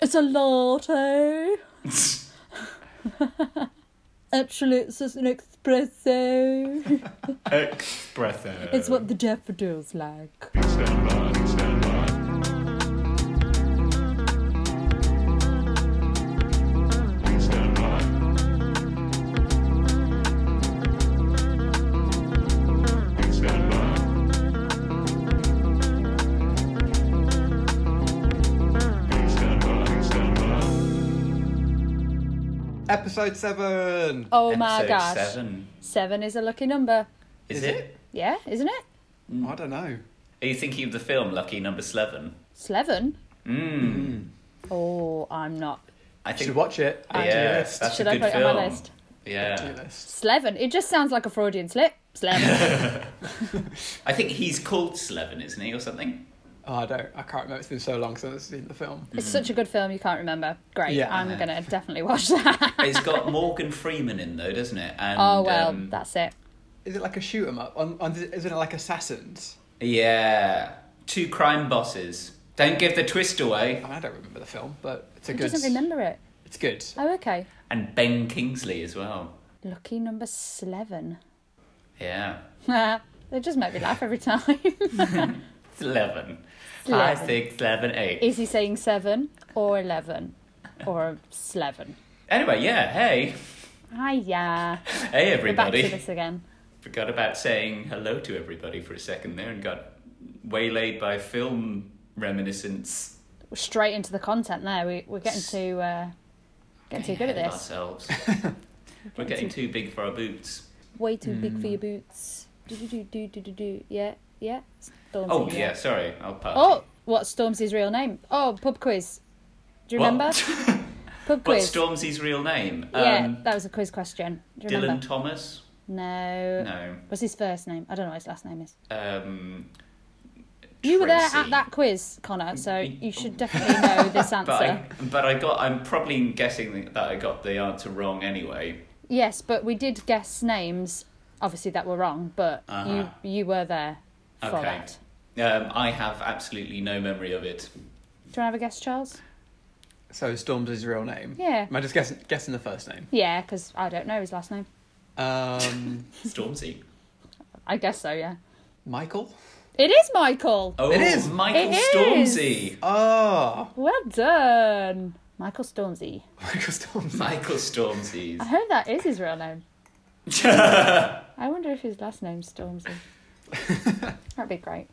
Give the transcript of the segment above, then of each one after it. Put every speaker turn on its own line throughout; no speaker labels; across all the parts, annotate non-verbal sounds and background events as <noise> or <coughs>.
It's a latte. Actually, it's just an espresso.
Espresso.
it's what the daffodils like.
Stand by, stand by. Please stand by. Please stand by. Please stand by. Please stand by.
Episode seven.
Oh my
Episode
gosh.
Seven.
Seven is a lucky number.
Is,
Is
it?
it?
Yeah, isn't it?
I don't know.
Are you thinking of the film Lucky Number Seven?
Seven.
Mm.
Oh, I'm not.
I
You
think.
should watch it. Add to your
yeah,
list.
that's
Should
a
I
good
put it
film.
on my list?
Add to
Yeah,
your list.
Sleven. It just sounds like a Freudian slip.
<laughs>
Sleven.
I think he's called Slevin, isn't he, or something?
Oh, I don't. I can't remember. It's been so long since I've seen the film.
it's such a good film you can't remember. Great.
Yeah, I
I'm
know.
gonna definitely watch that.
It's got Morgan Freeman in though, doesn't it? And,
oh well,
um,
that's it.
Is it like a shoot 'em up? On, on, isn't it like Assassins?
yeah, two crime bosses. Don't give the twist
I,
away.
mean, I don't remember the film, but it's a
He
good.
doesn't remember it.
It's good.
Oh, okay.
And Ben Kingsley as well.
Lucky number Sleven.
Yeah,
<laughs> they just make me laugh every time. <laughs>
Slevin. Five,
Slevin.
six, seven, eight.
Is he saying seven or eleven or Sleven?
Anyway, yeah. Hey,
Hiya.
hey,
We're back to
everybody.
this again.
Forgot about saying hello to everybody for a second there, and got waylaid by film reminiscence.
We're straight into the content there. We, we're getting too, uh, getting too good at
ahead of
this.
<laughs>
Ourselves. We're getting too big for our boots.
Way too big for your
Hmm.
boots. Do do do do do do do. Yeah, yeah. Stormzy,
Oh yeah, sorry, I'll pass.
Oh, what's Stormzy's real name? Oh, pub quiz. Do you remember?
<laughs> What?
Pub
What's
quiz.
Stormzy's real name?
yeah,
um,
that was a quiz question. Do you
Dylan
remember?
Thomas.
No.
No.
What's his first name? I don't know what his last name is.
Um,
You were there at
Tracy.
that quiz, Connor, so
Mm,
you should definitely
<laughs>
know this answer.
but I, but I got. I'm probably guessing that I got the answer wrong anyway.
Yes, but we did guess names. Obviously, that were wrong, but
Uh-huh.
you you were there for
Okay.
that.
Um, I have absolutely no memory of it.
Do you want to have a guess, Charles?
So Storm's his real name.
Yeah.
Am I just guessing, guessing the first name?
Yeah, because I don't know his last name.
Um, <laughs>
Stormzy.
I guess so. Yeah,
Michael.
it is Michael.
Oh,
It is.
Michael
It
Stormzy.
Oh,
Well done, Michael Stormzy.
<laughs> Michael Stormzy.
Michael
<laughs>
Stormzy's.
I hope that is his real
<laughs>
name. I wonder if his last name's Stormzy. That'd be great.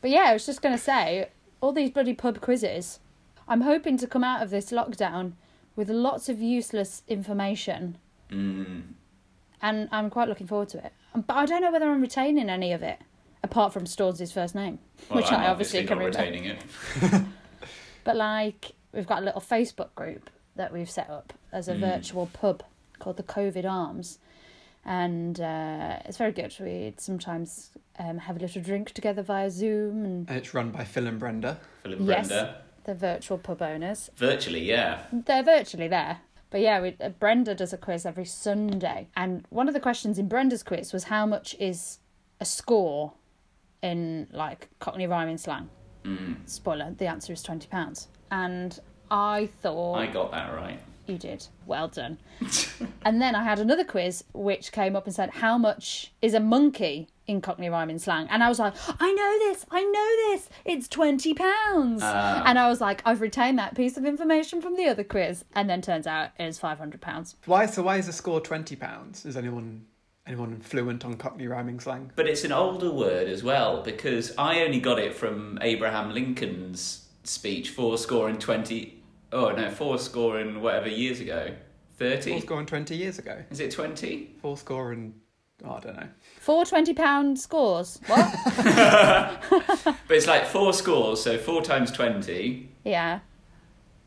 But yeah, I was just going to say all these bloody pub quizzes. I'm hoping to come out of this lockdown with lots of useless information.
Mm.
And I'm quite looking forward to it. But I don't know whether I'm retaining any of it, apart from Stormzy's first name,
Well,
which
I'm
I obviously, can
not
remember.
retaining it.
But like, we've got a little Facebook group that we've set up as a virtual pub called the COVID Arms, and uh, it's very good. We sometimes um, have a little drink together via Zoom, and
And it's run by Phil and Brenda.
Philip
Yes.
Brenda.
they're virtual pub owners.
Virtually, yeah.
They're virtually there. But yeah, we, uh, Brenda does a quiz every Sunday, and one of the questions in Brenda's quiz was how much is a score in like Cockney rhyming slang. Spoiler: the answer is twenty pounds. And I thought
I got that right.
You did. Well done. <laughs> and then I had another quiz which came up and said, How much is a monkey in Cockney rhyming slang? And I was like, I know this. I know this. It's £20.
Ah.
And I was like, I've retained that piece of information from the other quiz. And then turns out it's £500.
Why? So why is the score twenty pounds? Is anyone anyone fluent on Cockney rhyming slang?
But it's an older word as well because I only got it from Abraham Lincoln's speech four score and twenty. Oh no, four score and whatever years ago,
Full
thirty.
score and twenty years ago.
Is it twenty?
Full score and oh, I don't know.
Four £20 scores. What? <laughs>
But it's like four scores, so four times twenty,
yeah.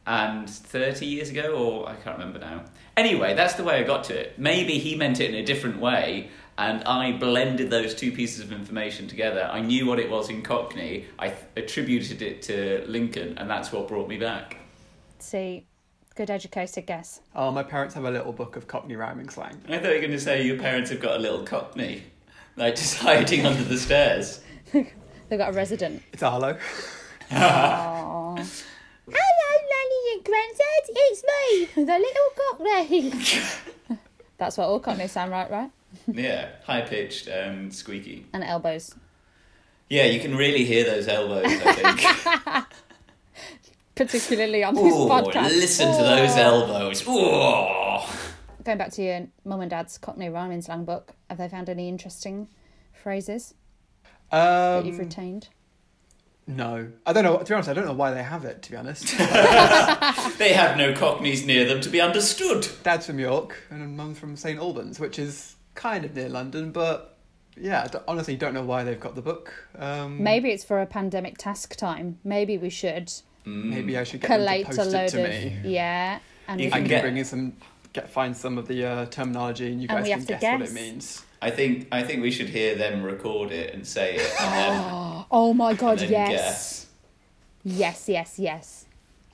and thirty years ago, or I can't remember now. Anyway, that's the way I got to it. Maybe he meant it in a different way, and I blended those two pieces of information together. I knew what it was in Cockney. I th- attributed it to Lincoln, and that's what brought me back.
See, good educated guess.
Oh, my parents have a little book of Cockney rhyming slang.
I thought you were going to say your parents have got a little cockney, like just <laughs> hiding under the stairs.
They've got a resident.
It's Arlo.
Hello, Nanny and the little cockney. <laughs> That's what all cockneys sound like, right?
yeah, high pitched, um, squeaky.
And elbows.
Yeah, you can really hear those elbows. I
<laughs>
think.
Particularly on this
Ooh,
podcast.
Oh, listen to
Ooh.
those elbows. Ooh.
Going back to your mum and dad's Cockney rhyming slang book, have they found any interesting phrases that you've
Um,
retained?
no, I don't know. To be honest, I don't know why they have it. To be
<laughs>
honest,
They have no cockneys near them to be understood.
Dad's from York and Mum's from St Albans, which is kind of near London, but yeah, I d- honestly don't know why they've got the book. Um,
Maybe it's for a pandemic task time. Maybe we should
maybe I should get them to
collate
post
a
it
load
to
<laughs> of
me.
yeah, and
You
we
I
can
can
get-
bring in some, get find some of the uh, terminology, and you
And
guys
we
can
have to
guess, what
guess.
it means.
I think I think we should hear them record it and say it, and
Oh my
then,
god,
then
yes.
guess.
Yes, yes, yes.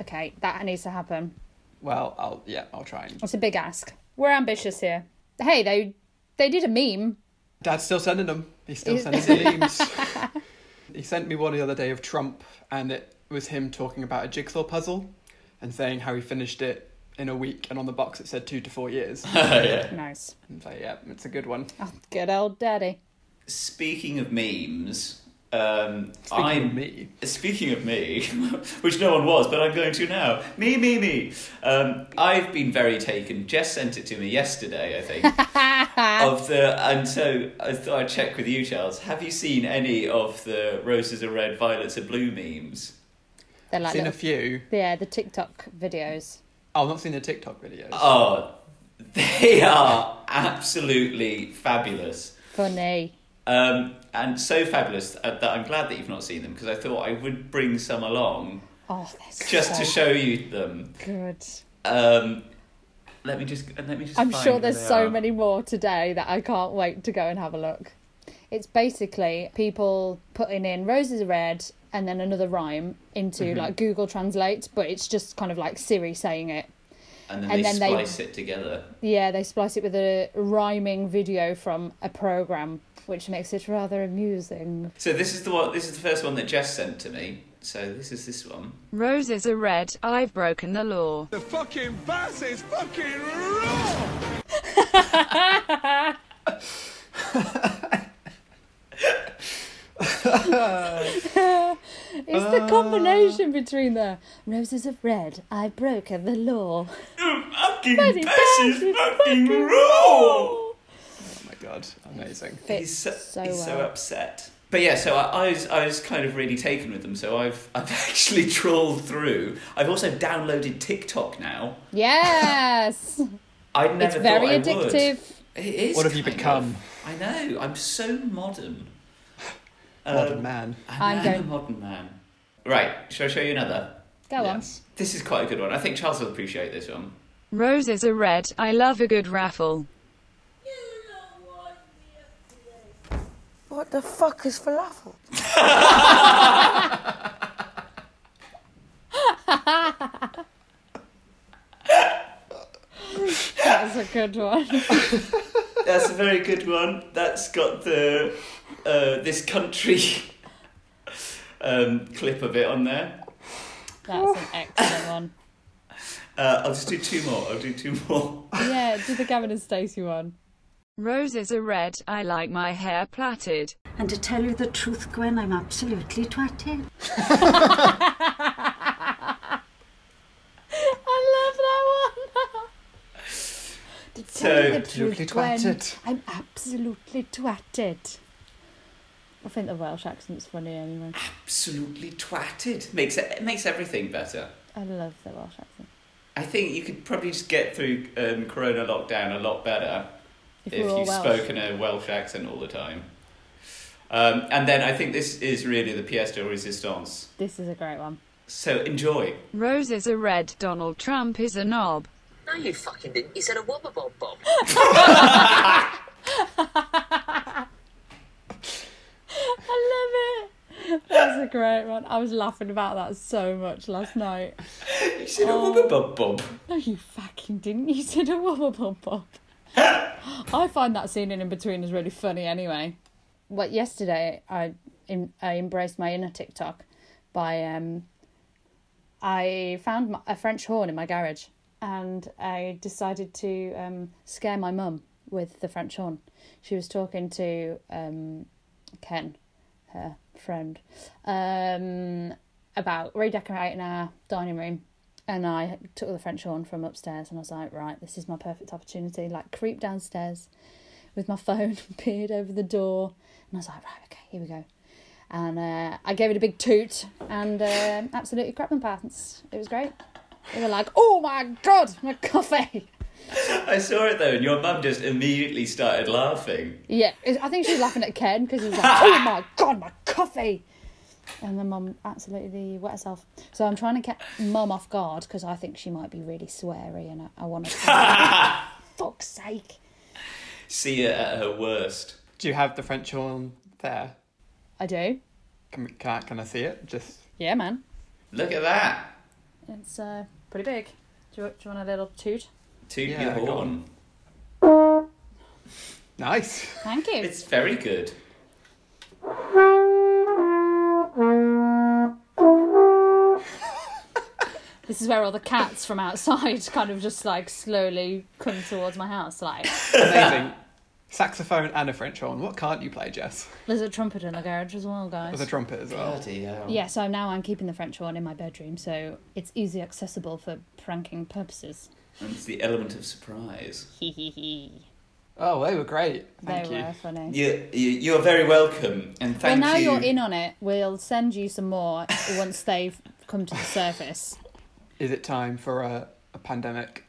Okay, that needs to happen.
Well, I'll yeah, I'll try. And...
It's a big ask. We're ambitious here. Hey, they they did a meme.
Dad's still sending them. He's still
Is-
sending the memes. he sent me one the other day of Trump, and it was him talking about a jigsaw puzzle and saying how he finished it in a week, and on the box it said two to four years.
Yeah.
Nice.
And so yeah, it's a good one.
Oh, good old daddy.
Speaking of memes, um,
Speaking
I
of me,
Speaking of me, <laughs> which no one was, but I'm going to now. Me, me, me. Um, I've been very taken. Jess sent it to me yesterday, I think. of the and so I thought I'd check with you, Charles. Have you seen any of the roses are red, violets are blue memes?
They're like
seen a
little,
few.
yeah, the TikTok videos.
I've not seen the TikTok videos.
Oh, they <laughs> are absolutely fabulous.
Funny.
Um, and so fabulous that I'm glad that you've not seen them because I thought I would bring some along
Oh, that's
just
so
to show you them.
good.
Um, let me just let me just.
I'm
find
sure
who
there's
they
so
are.
many more today that I can't wait to go and have a look. It's basically people putting in roses are red and then another rhyme into
Mm-hmm.
like Google Translate, but it's just kind of like Siri saying it.
And then
and
they
then they-
splice it together.
Yeah, they splice it with a rhyming video from a program, which makes it rather amusing.
So this is the one. This is the first one that Jess sent to me. So this is this one.
Roses are red, I've broken the law.
The fucking bass is fucking raw!
It's the combination between the roses of red, I broke the law.
Fucking
Bloody
Bess
Bess
is
is
fucking raw.
Oh my god, amazing.
He's so,
Fits so
he's so
well.
upset. But yeah, so I, I was I was kind of really taken with them. So I've I've <laughs> actually trawled through. I've also downloaded TikTok now.
Yes,
I never
it's
thought
very
I
addictive.
Would. It is.
What have you
kind of.
become?
I know. I'm so modern.
Modern
Um,
man.
I'm
I'm,
going-
a modern man. Right, shall I show you another?
Go
This is quite a good one. I think Charles will appreciate this one.
Roses are red, I love a good raffle.
What the fuck is falafel?
on. That's a good one.
That's a very good one. That's got the uh, this country <laughs> um, clip of it on there.
<laughs>
That's an excellent one.
Uh, I'll just do two more. I'll do two more.
Yeah, do the Gavin and Stacey one.
Roses are red, I like my hair plaited.
And to tell you the truth, Gwen, I'm absolutely twatted. <laughs>
I love that one. to tell you the
absolutely
truth, Gwen,
twatted.
I'm absolutely twatted. I think the Welsh accent's funny anyway.
Absolutely twatted. Makes it makes everything better.
I love the Welsh accent.
I think you could probably just get through um, Corona lockdown a lot better
If,
if
we're all
you've
Welsh.
spoken a Welsh accent all the time. Um, and then I think this is really the pièce de résistance.
This is a great one.
So enjoy.
Roses are red, Donald Trump is a knob.
No, you fucking didn't. You said a wobble bob bob.
I love it. That's a great one. I was laughing about that so much last night.
You said oh. a bob bob.
No, you fucking didn't. You said a wobble bump up. I find that scene in in between is really funny anyway. Well, yesterday I em- I embraced my inner TikTok by um I found my, a French horn in my garage and I decided to um, scare my mum with the French horn. She was talking to um, Ken, her friend, um, about redecorating our dining room. And I took the French horn from upstairs and I was like, right, this is my perfect opportunity. Like, creep downstairs with my <laughs> phone, peered over the door. And I was like, right, okay, here we go. And uh, I gave it a big toot and uh, absolutely crap my pants. It was great. They were like, oh my god, my coffee.
I saw it though, and your mum just immediately started laughing.
Yeah, it- I think she was laughing at Ken because he was like, "Oh my god, my coffee!" And then mum absolutely wet herself. So I'm trying to get mum off guard because I think she might be really sweary, and I, I want to. <laughs> Fuck's sake!
See her at her worst.
Do you have the French horn there?
I do.
Can, we- can, I, can I see it? Just
Yeah, man.
Look at that.
It's uh, pretty big. Do you, do you want a little toot?
Toot
Yeah,
your
go
horn. <laughs>
nice.
Thank you.
It's very good.
This is where all the cats from outside <laughs> kind of just like slowly come towards my house. Like,
Amazing. Saxophone and a French horn. What can't you play, Jess?
there's a trumpet in the garage as well, guys.
With a trumpet as well.
Bloody hell.
Yeah, so now I'm keeping the French horn in my bedroom, so it's easily accessible for pranking purposes.
And it's the element of surprise.
<laughs> Hee hee hee.
Oh, they were great.
They
Thank you.
were funny.
You, you, you are very welcome, and
well,
thank
now
you.
are in on it. We'll send you some more <laughs> once they've come to the surface.
Is it time for a, a pandemic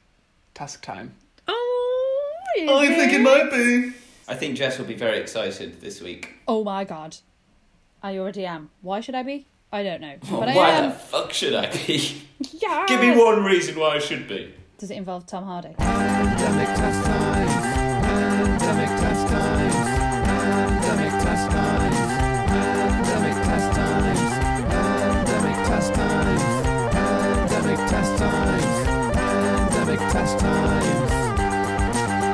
task time?
Oh,
might be. I think Jess will be very excited this week.
Oh my god. I already am. Why should I be? I don't know. But I
Why
am.
the fuck should I
<laughs>
be?
Yes!
Give me one reason why I should be.
Does it involve Tom Hardy?
Pandemic task time. Pandemic task time. Pandemic task time. Pandemic task time. Pandemic task time. Pandemic task time. Pandemic task time.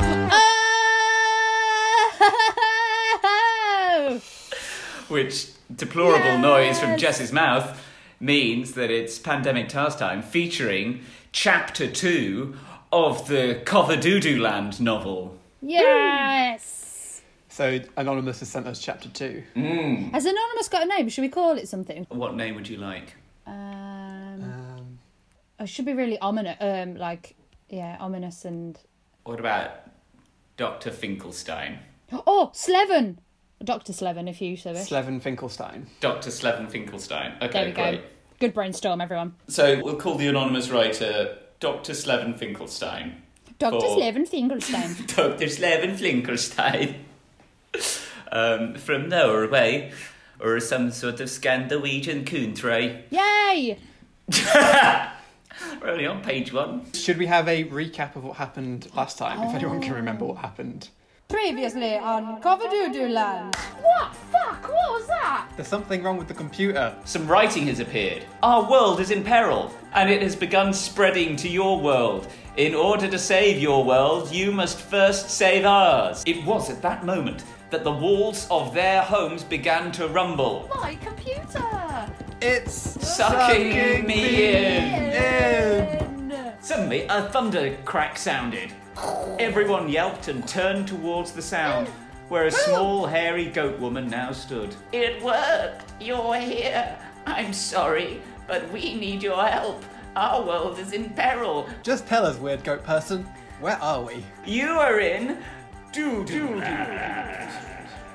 Oh! <laughs>
Which deplorable
Yes.
noise from Jess's mouth means that it's pandemic task time featuring chapter two of the Cover Doodoo Land novel.
Yes!
So anonymous has sent us chapter two.
Has Anonymous got a name? Should we call it something?
What name would you like?
Um,
Um,
it Uh, should be really ominous, um, like yeah, ominous and
What about Dr. Finkelstein?
oh, Slevin, Doctor Slevin, if you so wish.
Slevin Finkelstein.
Dr. Slevin Finkelstein. Okay,
there we
great.
go. Good brainstorm, everyone.
So we'll call the anonymous writer Dr. Slevin Finkelstein. <laughs>
Doctor
Four.
Slevin Finkelstein.
<laughs> Dr. Slevin Finkelstein. <laughs> Um, from Norway, or some sort of Scandinavian country.
Yay!
We're only on page one.
Should we have a recap of what happened last time, if anyone can remember
Oh.
what happened?
Previously on Cover Doodoo Land. What fuck? What was that?
There's something wrong with the computer.
Some writing has appeared. Our world is in peril, and it has begun spreading to your world. In order to save your world, you must first save ours. It was at that moment that the walls of their homes began to rumble.
My computer.
It's
Sucking me in.
in.
Suddenly, a thunder crack sounded. Everyone yelped and turned towards the sound, where a small, hairy goat woman now stood. It worked! You're here! I'm sorry, but we need your help. Our world is in peril.
Just tell us, weird goat person, where are we?
You are in doo doo.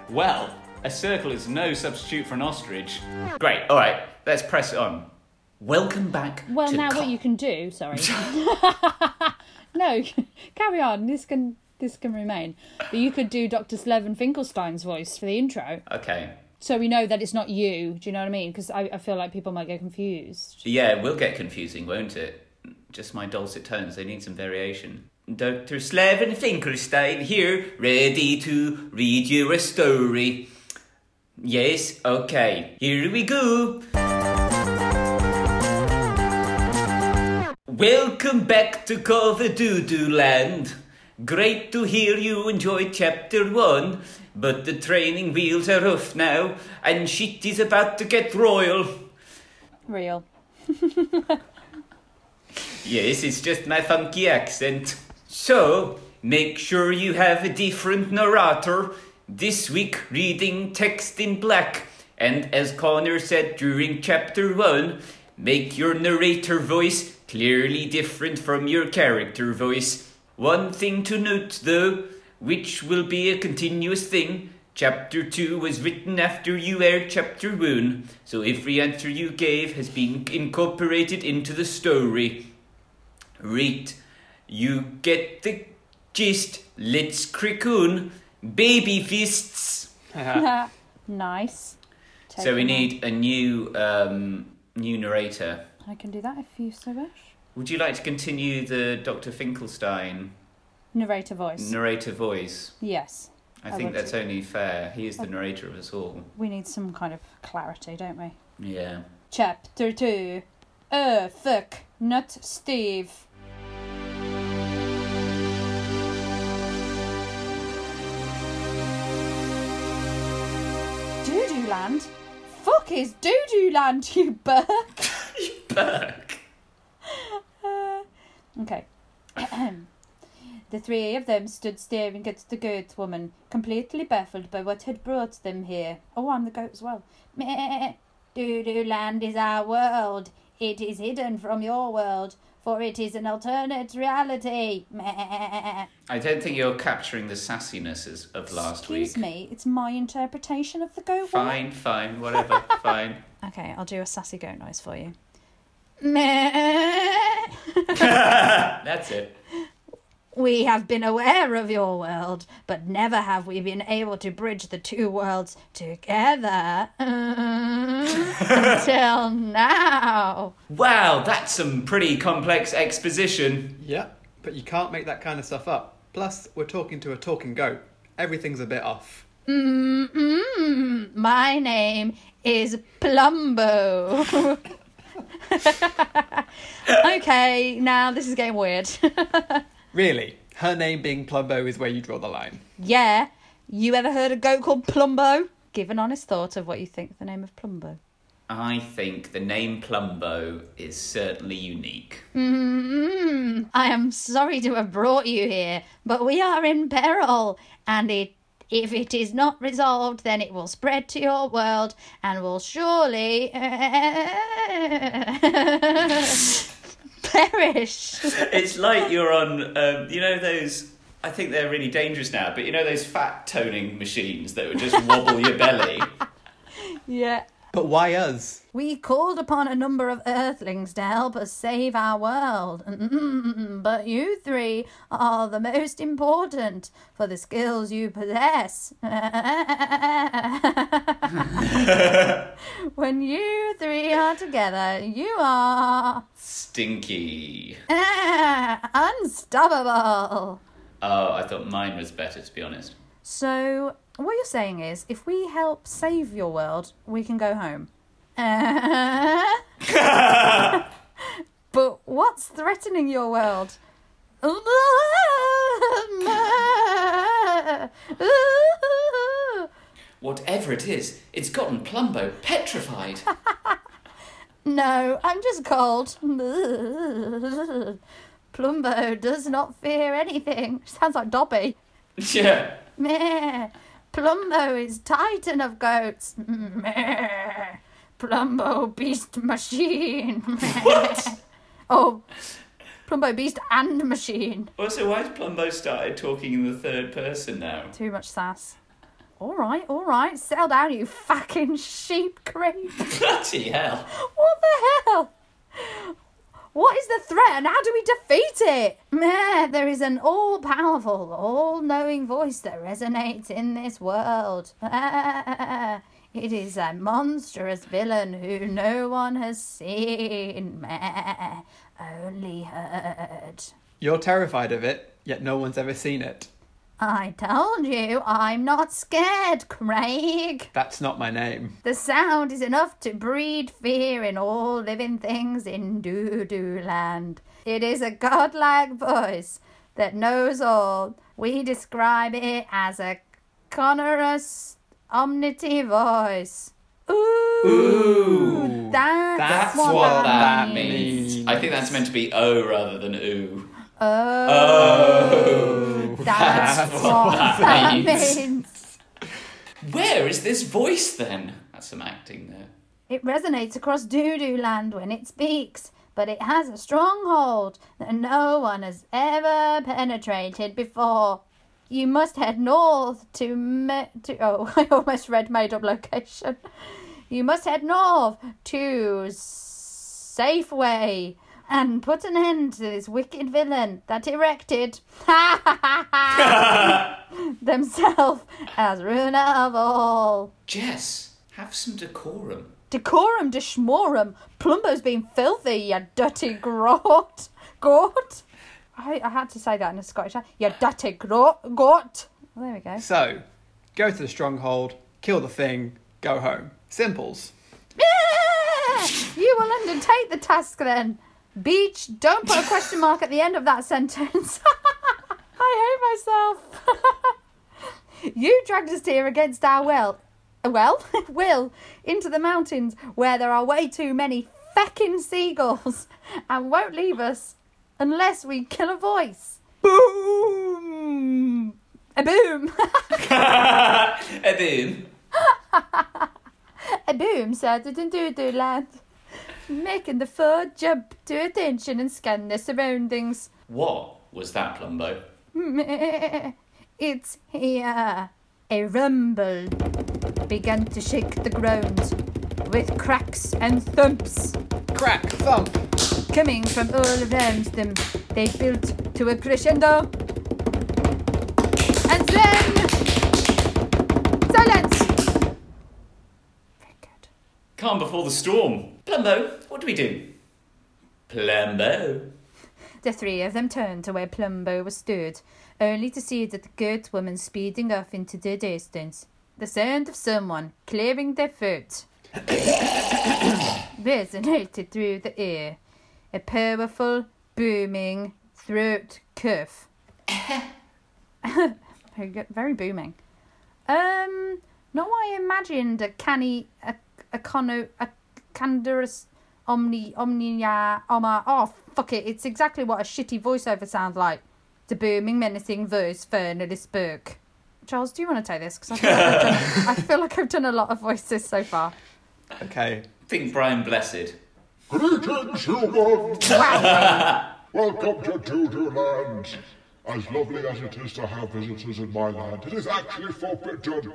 Well, a circle is no substitute for an ostrich. Great, alright, let's press on. Welcome back.
Well,
to
now
Co-
what you can do? Sorry. <laughs> no, <laughs> carry on. This can this can remain. But you could do Doctor Slevin Finkelstein's voice for the intro,
Okay.
so we know that it's not you. Do you know what I mean? Because I, I feel like people might get confused.
Yeah, it will get confusing, won't it? Just my dulcet tones, they need some variation. Dr. Slevin Finkelstein here, ready to read you a story. Yes, okay, here we go. Welcome back to Cover Doodoo Land. Great to hear you enjoyed chapter one, but the training wheels are off now, and shit is about to get royal.
Real.
Yes, it's just my funky accent. So, make sure you have a different narrator. This week, reading text in black. And as Connor said during chapter 1, make your narrator voice clearly different from your character voice. One thing to note though, which will be a continuous thing, chapter 2 was written after you aired chapter 1, so every answer you gave has been incorporated into the story. Right, you get the gist. Let's cricoon baby fists.
<laughs> nice. Take
So we
them.
need a new um, new narrator.
I can do that if you so wish.
Would you like to continue the Dr. Finkelstein
Narrator voice.
narrator voice?
yes.
I
I
think
would.
that's only fair. He is the narrator of us all.
We need some kind of clarity, don't we?
Yeah.
Chapter 2. Uh, fuck. Not Steve. Doodoo Land? Fuck is Doodoo Land, you Burke!
Burke.
Uh, Okay. <clears throat> the three of them stood staring at the goat woman, completely baffled by what had brought them here. Oh, I'm the goat as well. Meh. Doodoo Land is our world. It is hidden from your world, for it is an alternate reality. Meh.
I don't think you're capturing the sassiness as- of last
Excuse
week.
me, it's my interpretation of the goat woman.
Fine, fine, whatever, <laughs> fine.
Okay, I'll do a sassy goat noise for you. Meh.
That's it.
We have been aware of your world, but never have we been able to bridge the two worlds together <laughs> until now.
Wow, that's some pretty complex exposition.
Yeah, but you can't make that kind of stuff up. Plus, we're talking to a talking goat. Everything's a bit off.
Mm, my name is Plumbo. okay, now this is getting weird.
Really, her name being Plumbo is where you draw the line.
yeah, you ever heard a goat called Plumbo? Give an honest thought of what you think the name of Plumbo.
I think the name Plumbo is certainly unique.
Mm, I am sorry to have brought you here, but we are in peril, and it, if it is not resolved, then it will spread to your world and will surely <laughs> perish.
<laughs> It's like you're on, um, you know, those. I think they're really dangerous now, but you know those fat toning machines that would <laughs> just wobble your belly.
Yeah.
But why us?
We called upon a number of earthlings to help us save our world, Mm, but you three are the most important for the skills you possess. <laughs> when you three are together, you are <laughs>
Stinky.
unstoppable.
Oh, I thought mine was better, to be honest.
So, what you're saying is, if we help save your world, we can go home. but what's threatening your world?
Whatever it is, it's gotten Plumbo petrified. <laughs>
No, I'm just cold. Plumbo does not fear anything. Sounds like Dobby.
yeah.
Meh. Plumbo is titan of goats. Meh. Plumbo beast machine. Meh.
<laughs>
Oh, Plumbo beast and machine.
Also, why has Plumbo started talking in the third person now? <laughs>
Too much sass. All right, all right, settle down, you fucking sheep creep.
Bloody hell.
What the hell? What is the threat and how do we defeat it? Meh, there is an all powerful, all knowing voice that resonates in this world. <laughs> Ah, It is a monstrous villain who no one has seen, meh, only heard.
You're terrified of it, yet no one's ever seen it.
I told you I'm not scared, Craig.
That's not my name.
The sound is enough to breed fear in all living things in Doodoo Land. It is a godlike voice that knows all. We describe it as a conorous omnity voice. Ooh. Ooh, that's,
That's
what,
what
that
That
That
means.
means.
means-
I think that's meant to be O rather than oo.
Oh, that's, what that means.
Where is this voice then? That's some acting there.
It resonates across doo-doo land when it speaks, but it has a strong hold that no one has ever penetrated before. You must head north to me- to oh, <laughs> I almost read made up location. You must head north to Safeway and put an end to this wicked villain that erected <laughs> themselves as ruler of all.
Jess, have some decorum. <laughs>
Decorum deschmorum. Plumbo's been filthy, you dirty grot. Got. I, I had to say that in a Scottish accent. You dirty grot. Got. Well, there we go.
So, go to the stronghold, kill the thing, go home. Simples.
Yeah! You will undertake the task then. Beach, don't put a question mark at the end of that sentence. <laughs> I hate myself. <laughs> you dragged us here against our will. Well, <laughs> will into the mountains where there are way too many feckin' seagulls <laughs> and won't leave us unless we kill a voice. Boom! A boom! <laughs>
And then,
A boom sounded in doo-doo land, making the floor jump to attention and scan the surroundings.
what was that, Plumbo?
Meh, It's here. A rumble began to shake the ground with cracks and thumps
Crack, thump.
coming from all around them. They built to a crescendo. And then. Silence! Very good.
Calm before the storm. Plumbo, what do we do? Plumbo.
The three of them turned to where Plumbo was stood, only to see the good woman speeding off into the distance. The sound of someone clearing their throat <coughs> resonated through the ear, a powerful, booming throat cuff. <coughs> very, good, very booming. Um, no, I imagined a canny, a, a cono, a candorous omni, omnia, oma. Oh, fuck it. It's exactly what a shitty voiceover sounds like. The booming, menacing verse, Fernally spoke. Charles, do you want to take this? Because I, feel like I've done- I feel like I've done a lot of voices so far.
Okay.
Think Brian Blessed.
Greetings, humans! Welcome to Doodoo Land! As lovely as it is to have visitors in my land, it is actually forbidden!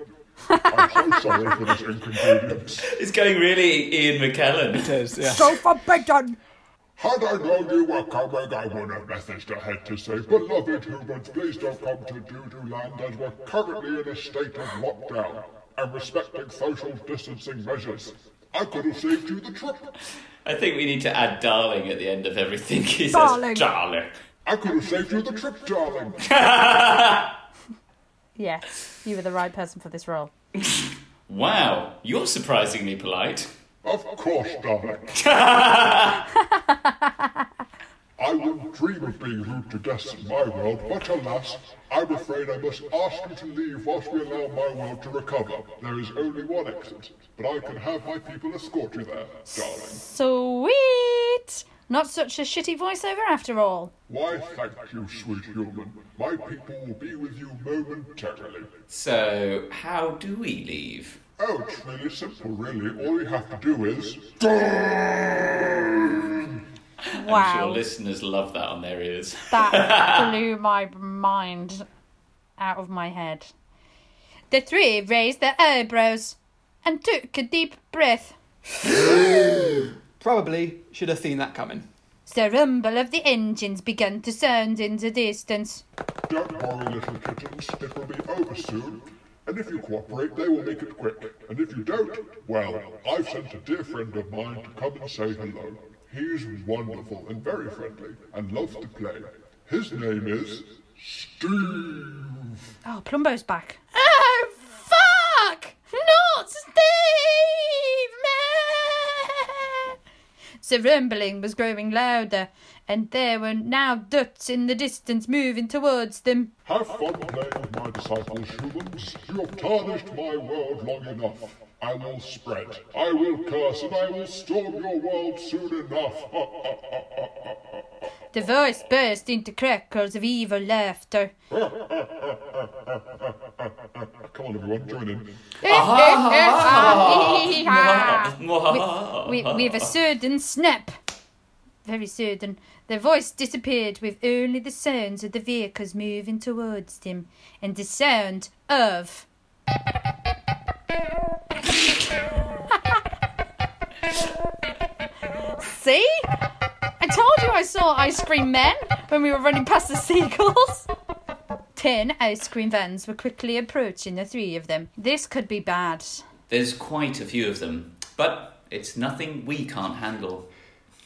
I'm so sorry for this inconvenience.
It's going really Ian McKellen. <laughs>
There's, yeah.
So forbidden!
Had I known you were coming, I would have messaged ahead to say, Beloved humans, please don't come to Doodoo Land as we're currently in a state of lockdown and respecting social distancing measures. I could have saved you the trip!
I think we need to add darling at the end of everything <laughs> he
Darling.
says. Darling.
I could have saved you the trip, darling!
Yes, you were the right person for this role.
Wow, you're surprisingly polite.
Of course, darling. I would dream of being rude to guests in my world, but alas, I'm afraid I must ask you to leave whilst we allow my world to recover. There is only one exit, but I can have my people escort you there, darling.
Sweet! Not such a shitty voiceover after all.
Why, thank you, sweet human. My people will be with you momentarily.
So, how do we leave?
Oh, it's really simple, really. All you have to do is.
I'm sure
Wow.
listeners love that on their ears.
<laughs>
<laughs>
That blew my mind out of my head. The three raised their eyebrows and took a deep breath.
Probably should have seen that coming.
The rumble of the engines began to sound in the distance.
Don't worry, little kittens. It will be over soon. And if you cooperate, they will make it quick. And if you don't, well, I've sent a dear friend of mine to come and say hello. He's wonderful and very friendly and loves to play. His name is Steve.
Oh, Plumbo's back. Oh, fuck! Not Steve! man! The rumbling was growing louder, and there were now dots in the distance moving towards them.
Have fun playing with my disciples, humans. You have tarnished my world long enough. I I will spread. I will curse and I will storm your world soon enough.
The voice burst into crackles of evil laughter.
Come on, everyone, join in.
<laughs> with, with a sudden snap. Very sudden. The voice disappeared with only the sounds of the vehicles moving towards him and the sound of. <laughs> See? I told you I saw ice cream men when we were running past the seagulls. <laughs> Ten ice cream vans were quickly approaching the three of them. This could be bad.
There's quite a few of them, but it's nothing we can't handle.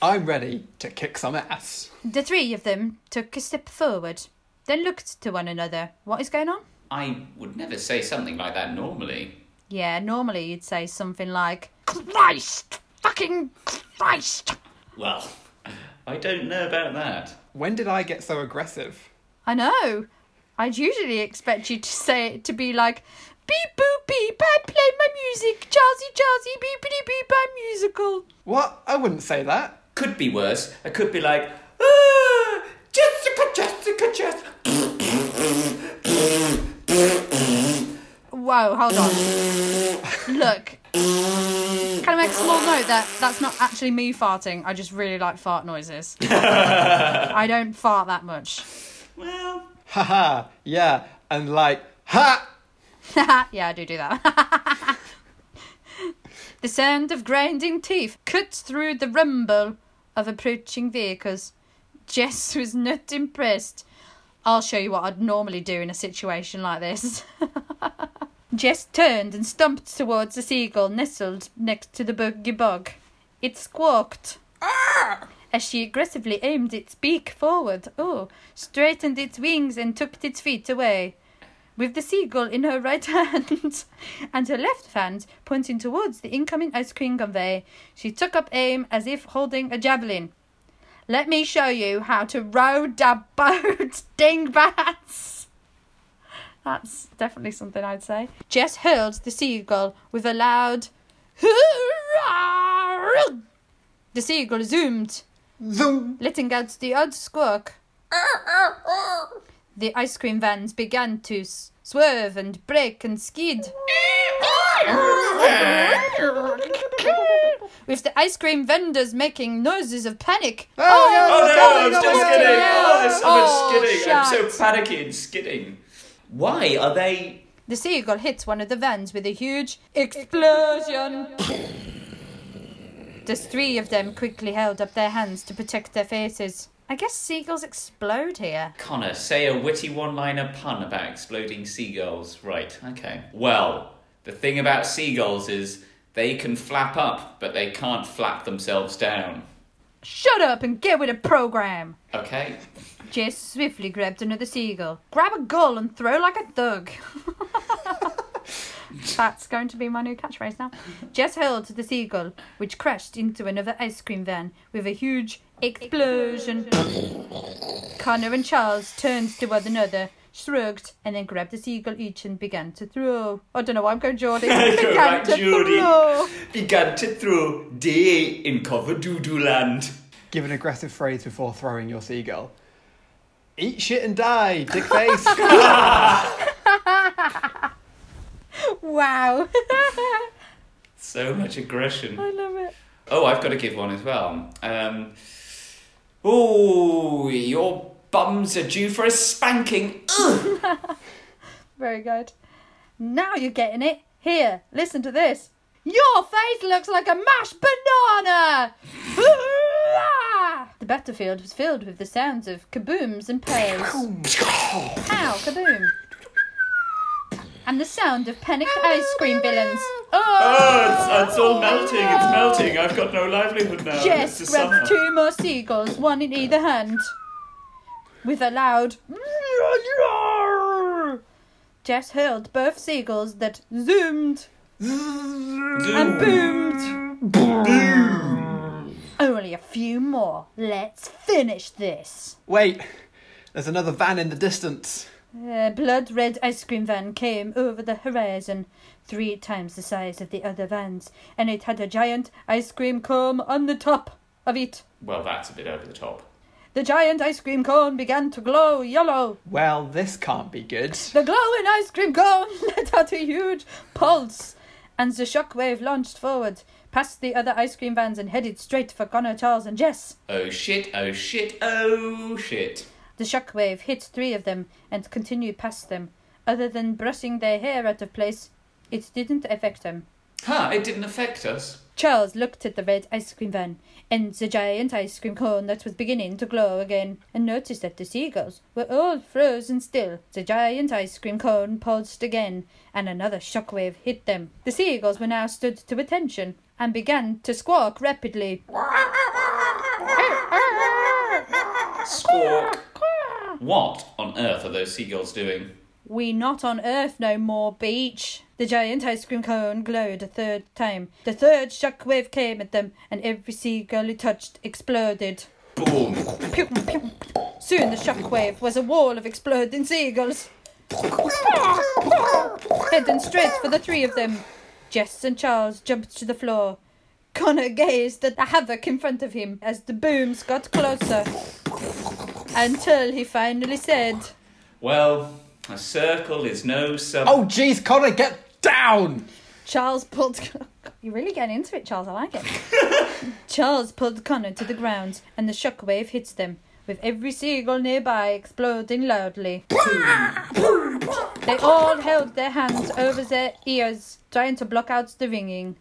I'm ready to kick some ass.
The three of them took a step forward, then looked to one another. What is going on?
I would never say something like that normally.
Yeah, normally you'd say something like, Christ! Fucking Christ!
Well, <laughs> I don't know about that.
When did I get so aggressive?
I know. I'd usually expect you to say it to be like, beep boop beep, I play my music, Charlesy Charlesy, beepity beep, I'm musical.
What? I wouldn't say that.
Could be worse. I could be like, ah, Jessica, Jessica, <laughs> Oh, Jessica.
Whoa, hold on. Look. Can I make a small note that that's not actually me farting? I just really like fart noises. I don't fart that much.
Well,
Haha, yeah, and like, ha!
<laughs> yeah, I do do that. <laughs> the sound of grinding teeth cut through the rumble of approaching vehicles. Jess was not impressed. I'll show you what I'd normally do in a situation like this. <laughs> Jess turned and stumped towards the seagull nestled next to the buggy bug. It squawked as she aggressively aimed its beak forward, oh, straightened its wings and tucked its feet away with the seagull in her right <laughs> hand and her left hand pointing towards the incoming ice cream convey. She took up aim as if holding a javelin. Let me show you how to row da boat, <laughs> dingbats! That's definitely something I'd say. Jess hurled the seagull with a loud hurrah! The seagull zoomed,
Zoom!
letting out the odd squawk. The ice cream vans began to s- swerve and break and skid. With the ice cream vendors making noises of panic.
oh no, I'm
no,
still
no,
skidding. Oh, there's so much
Oh,
skidding. I'm
shucks.
so panicky and skidding. Why are they?
The seagull hit one of the vans with a huge explosion. the three of them quickly held up their hands to protect their faces. I guess seagulls explode here.
Connor, say a witty one-liner pun about exploding seagulls. Right. Okay. Well, the thing about seagulls is they can flap up, but they can't flap themselves down.
Shut up and get with the program!
Okay.
Jess swiftly grabbed another seagull. Grab a gull and throw like a
<laughs>
thug. That's going to be my new catchphrase now. Jess hurled the seagull, which crashed into another ice cream van with a huge explosion. Connor and Charles turned to one another, shrugged, and then grabbed a seagull each and began to throw. I don't know why I'm going Geordie.
<laughs> Go back, Geordie.
throw.
Began to throw day in cover doodoo land.
Give an aggressive phrase before throwing your seagull. Eat shit and die, dick face.
Wow. <laughs>
So much aggression.
I love it.
Oh, I've got to give one as well. Um, oh, your bums are due for a spanking.
Ah!
Ugh.
Very good. Now you're getting it. Here, listen to this. Your face looks like a mashed banana! Hoorah! the battlefield was filled with the sounds of kabooms and pows. Pow, kaboom. And the sound of panicked ice cream villains. Oh!
Oh, it's, it's all melting. It's melting. I've got no livelihood now. It's
Jess
the
grabbed
summer.
Oh, two more seagulls, one in either hand. With a loud Jess hurled both seagulls that zoomed and boomed. Only a few more. Let's finish this.
<laughs> Wait, there's another van in the distance.
A blood red ice cream van came over the horizon. three times the size of the other vans, and it had a giant ice cream cone on the top of it.
Well, that's a bit over the top.
The giant ice cream cone began to glow yellow.
Well, this can't be good.
The glowing ice cream cone <laughs> let out a huge pulse, and the shockwave launched forward, past the other ice cream vans, and headed straight for Connor, Charles, and Jess.
Oh shit, oh shit, oh shit.
The shockwave hit three of them and continued past them. Other than brushing their hair out of place, it didn't affect them.
Huh, it didn't affect us.
Charles looked at the red ice cream van and the giant ice cream cone that was beginning to glow again and noticed that the seagulls were all frozen still. The giant ice cream cone pulsed again and another shockwave hit them. The seagulls were now stood to attention and began to squawk rapidly.
Squawk. What on earth are those seagulls doing?
We not on Earth no more, beach. The giant ice cream cone glowed a third time. The third shockwave came at them, and every seagull it touched exploded.
Boom.
Pew, pew. Soon the shockwave was a wall of exploding seagulls. Heading straight for the three of them. Jess and Charles jumped to the floor. Connor gazed at the havoc in front of him as the booms got closer. Until he finally said,
Well, a circle is no sub.
Oh, jeez, Connor, get down!
Charles pulled. <laughs> You're really getting into it, Charles. I like it. Charles pulled Connor to the ground, and the shockwave hits them, with every seagull nearby exploding loudly. they all held their hands over their ears, trying to block out the ringing.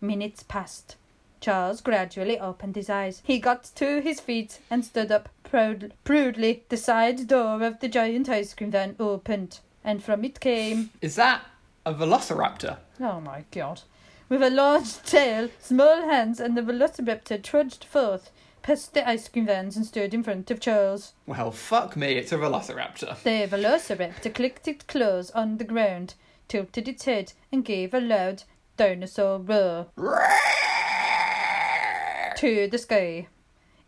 Minutes passed. Charles gradually opened his eyes. He got to his feet and stood up proud- proudly. The side door of the giant ice cream van opened, and from it came
Is that a velociraptor?
Oh my god. With a large tail, small hands, and the velociraptor trudged forth, past the ice cream vans, and stood in front of Charles.
Well, fuck me, it's a velociraptor. <laughs>
The velociraptor clicked its claws on the ground, tilted its head, and gave a loud dinosaur roar to the sky.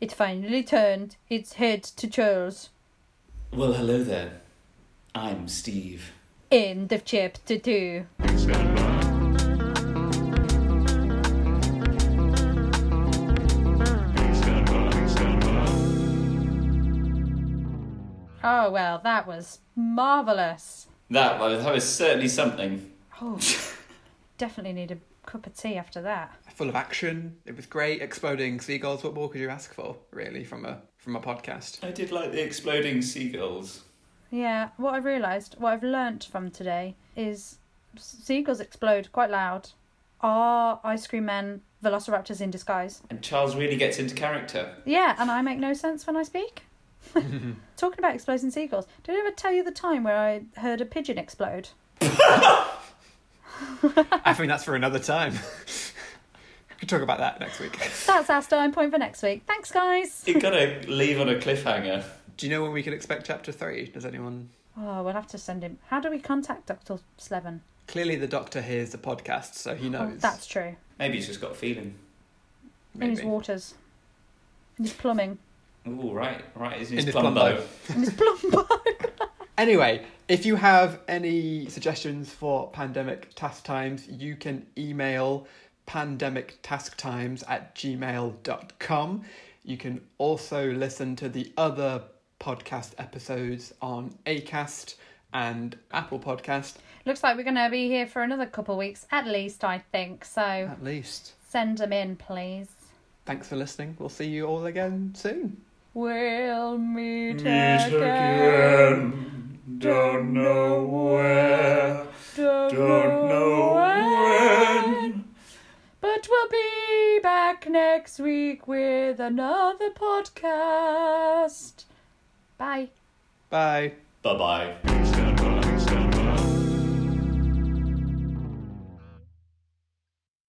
It finally turned its head to Charles.
Well, hello there. I'm Steve.
End of chapter 2. Oh, well, that was marvellous.
That was, that was certainly something.
Oh, definitely need a cup of tea after that.
Full of action. It was great. Exploding seagulls. What more could you ask for, really, from a from a
<laughs>
podcast?
I did like the exploding seagulls.
Yeah, what I've realised, what I've learnt from today is seagulls explode quite loud. Are ice cream men velociraptors in disguise?
And Charles really gets into character.
Yeah, and I make no sense when I speak. Talking about exploding seagulls, did I ever tell you the time where I heard a pigeon explode?
I think that's for another time. <laughs> we could talk about that next week.
That's our starting point for next week. Thanks, guys.
You gotta leave on a cliffhanger.
Do you know when we can expect chapter three? Does anyone?
Oh, we'll have to send him. How do we contact Dr. Slevin?
Clearly, the Doctor hears the podcast, so he
Oh,
knows.
that's true.
Maybe he's just got a feeling.
In his
Maybe.
waters. In his plumbing.
Ooh, right, right, isn't his
his
plumbo.
plumbo.
In his plumbo.
Anyway, if you have any suggestions for pandemic task times, you can email pandemictasktimes at gmail.com. You can also listen to the other podcast episodes on ACAST and Apple Podcast,
Looks like we're going to be here for another couple of weeks, at least, I think. So
at least.
send them in, please.
Thanks for listening. We'll see you all again soon.
We'll meet, again.
Don't know where.
Don't, know when. But we'll be back next week with another podcast. Bye.
Bye.
Bye bye.
Stand by, stand by.